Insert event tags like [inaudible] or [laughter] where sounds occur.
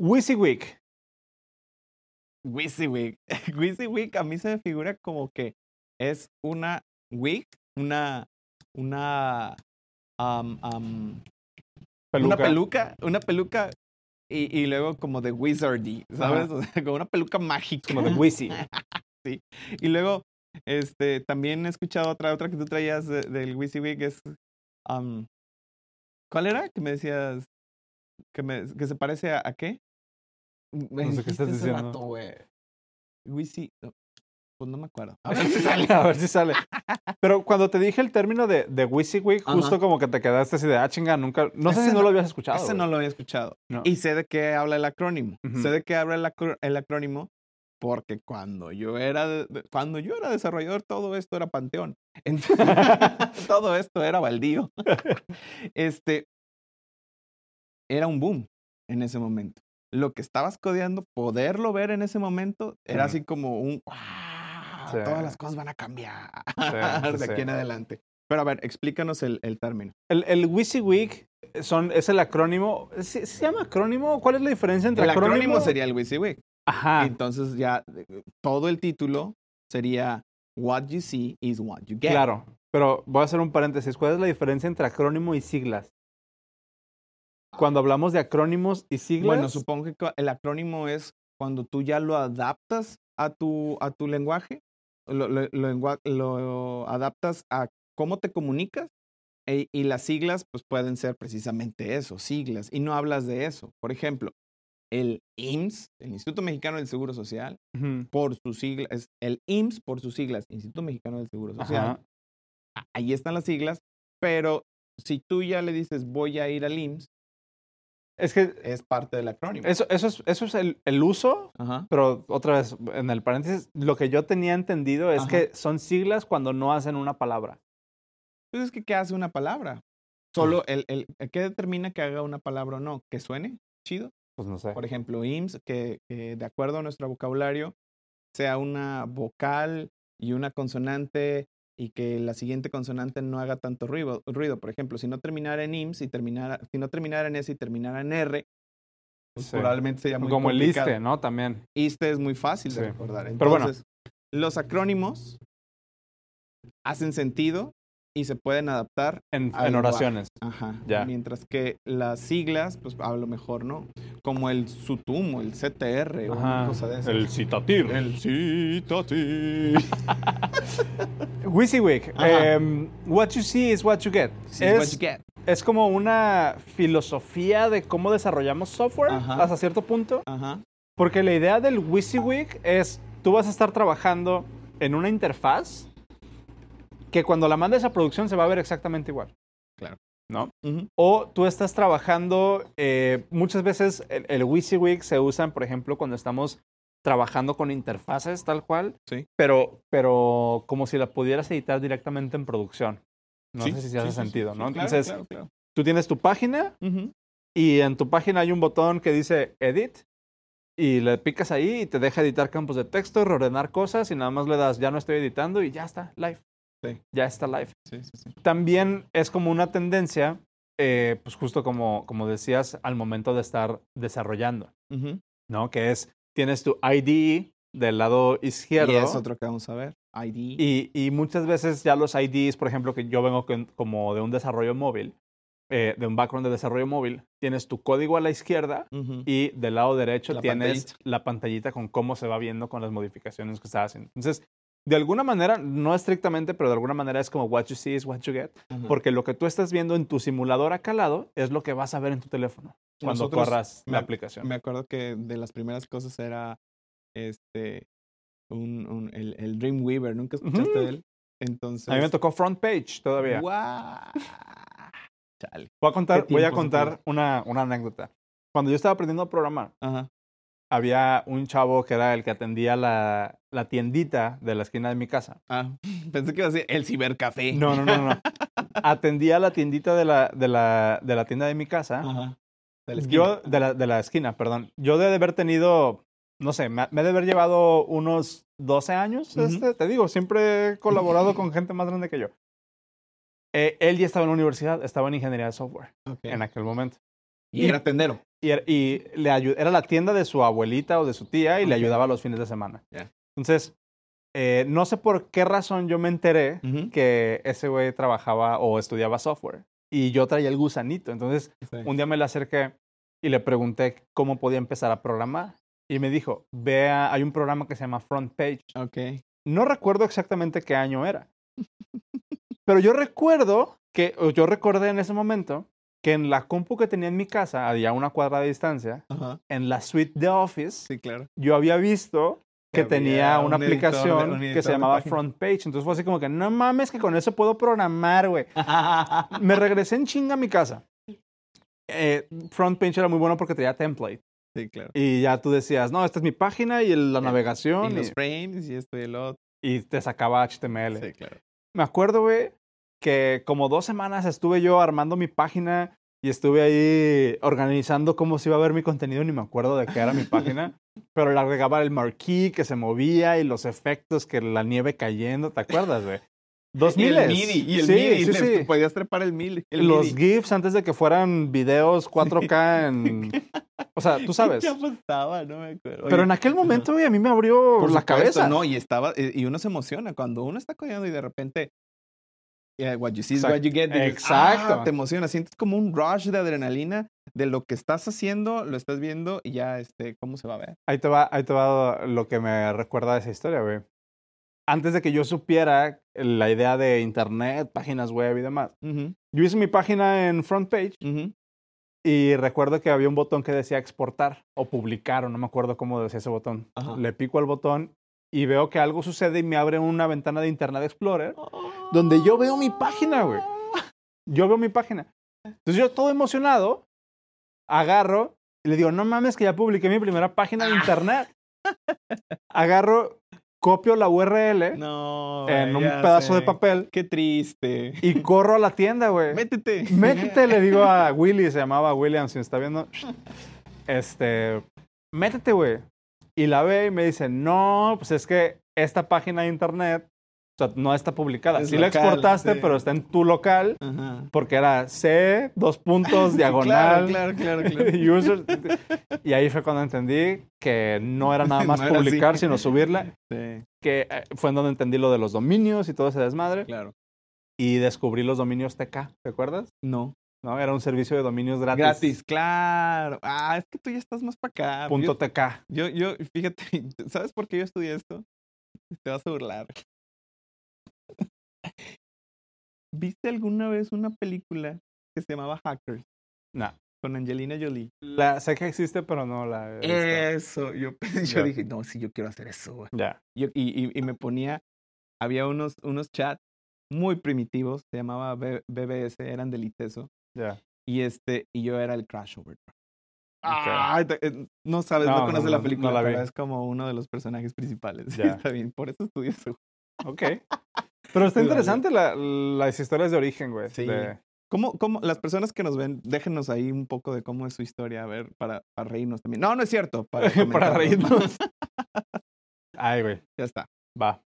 WYSIWYG. [laughs] WYSIWYG. WYSIWYG a mí se me figura como que es una wig, una, una, um, um, una peluca, una peluca y, y luego como de wizardy, ¿sabes? Ajá. O sea, como una peluca mágica. Como de Wisi. Y luego, este, también he escuchado otra, otra que tú traías de- del WYSIWYG es, um, ¿cuál era? Que me decías, que, me, que se parece a, ¿a qué? Me No sé qué dijiste estás hace diciendo. rato, güey. Wisi, no, pues no me acuerdo. [laughs] A [laughs] ver si sale. A ver si sale. Pero cuando te dije el término de, de WYSIWYG, Ajá. justo como que te quedaste así de, ah, chinga, nunca. No sé Ese si no no- lo habías escuchado. Ese güey. no lo había escuchado. No. Y sé de qué habla el acrónimo. Ujú. Sé de qué habla el, acro- el acrónimo porque cuando yo era de- de- cuando yo era desarrollador todo esto era Panteón. [laughs] Entonces, todo esto era baldío. [laughs] este era un boom en ese momento. Lo que estabas codeando, poderlo ver en ese momento era Ujú. así como un wow, Sí. todas las cosas van a cambiar sí, [laughs] de aquí sí. en adelante. Pero a ver, explícanos el, el término. El, el WYSIWYG son, es el acrónimo. ¿Se, se llama acrónimo? ¿Cuál es la diferencia entre El acrónimo? acrónimo sería el WYSIWYG. Ajá. Entonces ya eh, todo el título sería What you see is what you get. Claro. Pero voy a hacer un paréntesis. ¿Cuál es la diferencia entre acrónimo y siglas? Cuando hablamos de acrónimos y siglas. Bueno, supongo que co- el acrónimo es cuando tú ya lo adaptas a tu, a tu lenguaje, lo, lo- lo engua- lo adaptas a cómo te comunicas e- y las siglas pues pueden ser precisamente eso, siglas, y no hablas de eso. Por ejemplo, el IMSS, el Instituto Mexicano del Seguro Social, Ujú. por sus siglas, es el IMSS por sus siglas, Instituto Mexicano del Seguro Social. Ajá. a- ahí están las siglas, pero si tú ya le dices voy a ir al IMSS, Es que es parte del acrónimo. eso, eso es, eso es el, el uso, Ajá. pero otra vez, en el paréntesis, lo que yo tenía entendido es Ajá. que son siglas cuando no hacen una palabra. Entonces, ¿qué, qué hace una palabra? Solo el, el, el- ¿qué determina que haga una palabra o no? ¿Que suene chido? Pues no sé. Por ejemplo, IMSS, que, que de acuerdo a nuestro vocabulario sea una vocal y una consonante y que la siguiente consonante no haga tanto ruido. ruido. Por ejemplo, si no terminara en IMSS y terminara, si no terminara en S y terminara en R, pues Sí. probablemente sería muy Como el complicado. liste, ¿no? También. este es muy fácil Sí. de recordar. Pero bueno. Entonces, los acrónimos hacen sentido y se pueden adaptar, En, Al en lenguaje. oraciones. ajá, Ya. mientras que las siglas, pues a lo mejor no, como el SUTUM o el CTR o una Ajá. cosa de esas. [laughs] El citatir. El citati. Eh, WYSIWYG. Ajá. em, what you see is what you get. pues, Sí, es, what you get. es como una filosofía de cómo desarrollamos software Ajá. hasta cierto punto. Ajá, Porque la idea del WYSIWYG es, tú vas a estar trabajando en una interfaz que cuando la mandes a producción se va a ver exactamente igual. Claro. ¿No? ujú, O tú estás trabajando, eh, muchas veces el, el WYSIWYG se usan, por ejemplo, cuando estamos trabajando con interfaces tal cual, Sí. pero, pero como si la pudieras editar directamente en producción. No sí, sé si sí, hace sí, sí, sentido, sí, ¿no? claro, Entonces, claro, claro. tú tienes tu página Ujú, y en tu página hay un botón que dice Edit y le picas ahí y te deja editar campos de texto, reordenar cosas y nada más le das ya no estoy editando y ya está, live. Sí. Ya está live sí, sí, sí. también es como una tendencia, eh, pues justo como, como decías, al momento de estar desarrollando, Ujú. ¿no? Que es, tienes tu ID del lado izquierdo. Y es otro que vamos a ver. ID. Y, y muchas veces ya los IDs, por ejemplo, que yo vengo con- como de un desarrollo móvil, eh, de un background de desarrollo móvil, tienes tu código a la izquierda Ujú. y del lado derecho La tienes la pantallita con cómo se va viendo con las modificaciones que estás haciendo. Entonces, de alguna manera, no estrictamente, pero de alguna manera es como what you see is what you get. Ajá. Porque lo que tú estás viendo en tu simulador acá al lado es lo que vas a ver en tu teléfono cuando Nosotros- corras la me- aplicación. Me acuerdo que de las primeras cosas era este un, un- el, el Dreamweaver, ¿nunca escuchaste Ujú. de él? Entonces. a mí me tocó front page todavía. ¡guau! Chale. Voy a contar, ¿Qué voy a tiempos contar aquellos? una, una anécdota. Cuando yo estaba aprendiendo a programar, Ajá. había un chavo que era el que atendía la, la tiendita de la esquina de mi casa. Ah, [laughs] pensé que iba a decir el cibercafé. No, no, no, [laughs] no. no. Atendía la tiendita de la, de la, de la tienda de mi casa. Ajá. De la Yo, esquina. de la, de la esquina, perdón. Yo de haber tenido, no sé, me, me he de haber llevado unos 12 años, Ujú. este, te digo, siempre he colaborado con gente más grande que yo. Eh, él ya estaba en la universidad, estaba en ingeniería de software Ah, Ok. en aquel momento. Y era tendero. Y, er- y le ayu- era la tienda de su abuelita o de su tía y le Ok. ayudaba los fines de semana. Ya. Entonces, eh, no sé por qué razón yo me enteré Ujú. que ese güey trabajaba o estudiaba software. Y yo traía el gusanito. Entonces, un día me le acerqué y le pregunté cómo podía empezar a programar. Y me dijo, vea, hay un programa que se llama Front Page. Ok. No recuerdo exactamente qué año [laughs] era. Pero yo recuerdo que, o yo recordé en ese momento que en la compu que tenía en mi casa, allá a una cuadra de distancia, Ajá. en la suite de Office, Sí, [laughs] claro. yo había visto que Que tenía había una un editor de- aplicación un que editor se de llamaba página. Front Page. Entonces fue así como que, no mames, que con eso puedo programar, güey. Me regresé en chinga a mi casa. Eh, Front Page era muy bueno porque tenía template. sí, claro. Y ya tú decías, no, esta es mi página y el- la Ya. navegación. Y Y, los frames y esto y el otro. y te sacaba HTML. Sí, claro. Me acuerdo, güey, que como dos semanas estuve yo armando mi página y estuve ahí organizando cómo se iba a ver mi contenido, ni me acuerdo de qué era mi [laughs] página, pero le agregaba el marquee que se movía y los efectos que la nieve cayendo, ¿te acuerdas, güey? Dos Y miles. el MIDI. Y el sí, MIDI. sí, le- sí. Podías trepar el MIDI. El Los MIDI. GIFs antes de que fueran videos [laughs] 4K en... O sea, tú sabes. ¿Qué chapa estaba? No me acuerdo. Pero Oye, en aquel momento, güey, a mí me abrió por la supuesto, cabeza. No, y estaba, eh, y uno se emociona cuando uno está codeando y de repente. yeah, what you see is what Exacto. you get. dices, Exacto. "Ah", te emociona, sientes como un rush de adrenalina de lo que estás haciendo, lo estás viendo y ya, este, cómo se va a ver. Ahí te va, ahí te va lo que me recuerda de esa historia, güey. Antes de que yo supiera la idea de internet, páginas web y demás, Ujú, yo hice mi página en front page ujú. y recuerdo que había un botón que decía exportar o publicar, o no me acuerdo cómo decía ese botón. Ajá. Le pico al botón y veo que algo sucede y me abre una ventana de Internet Explorer donde yo veo mi página, güey. Yo veo mi página. Entonces yo todo emocionado, agarro y le digo, no mames que ya publiqué mi primera página Ah. de [laughs] internet. Agarro, copio la URL No. en güey, un ya pedazo de sé. papel [laughs] Qué triste. y corro a la tienda, güey. [laughs] Métete. Métete, le digo a Willy, se llamaba William, si me está viendo. Este, métete, güey. Y la ve y me dice, no, pues es que esta página de internet, o sea, no está publicada. Es sí la local, exportaste, sí. pero está en tu local, Ajá. porque era C, dos [laughs] puntos, diagonal, Claro, claro, claro. [laughs] claro. user. Y ahí fue cuando entendí que [laughs] no era nada más No era así. publicar, sino subirla, Sí, que eh, fue en donde entendí lo de los dominios y todo ese desmadre. claro. Y descubrí los dominios TK, ¿te acuerdas? No. ¿no? Era un servicio de dominios gratis. Ah, Gratis. claro. Ah, es que tú ya estás más para acá. Punto TK. Yo, yo, yo, fíjate, [laughs] ¿sabes por qué yo estudié esto? Te vas a burlar. ¿Viste alguna vez una película que se llamaba Hackers No. con Angelina Jolie? La, sé que existe, pero no la he visto. Eso, yo, [laughs] yo Ya. dije, no, sí, yo quiero hacer eso. güey". Ya. Yo- y, y- y me ponía, había unos, unos chats muy primitivos, se llamaba B- BBS, eran del E ITESO, Ya. y este, y yo era el Crash Over. Ay, te- eh, no sabes, No, no, no, conoces no, la no película, la pero vi. es como uno de los personajes principales. [laughs] Ya. Está bien, por eso estudié eso. Ok. Pero está [laughs] Dale. interesante la- las historias de origen, güey. Sí. de- ¿Cómo, cómo, las personas que nos ven, déjenos ahí un poco de cómo es su historia, a ver, para, [laughs] para reírnos también. No, no es cierto. Para, para comentarlo. reírnos. [laughs] Ay, güey. Ya está. Va.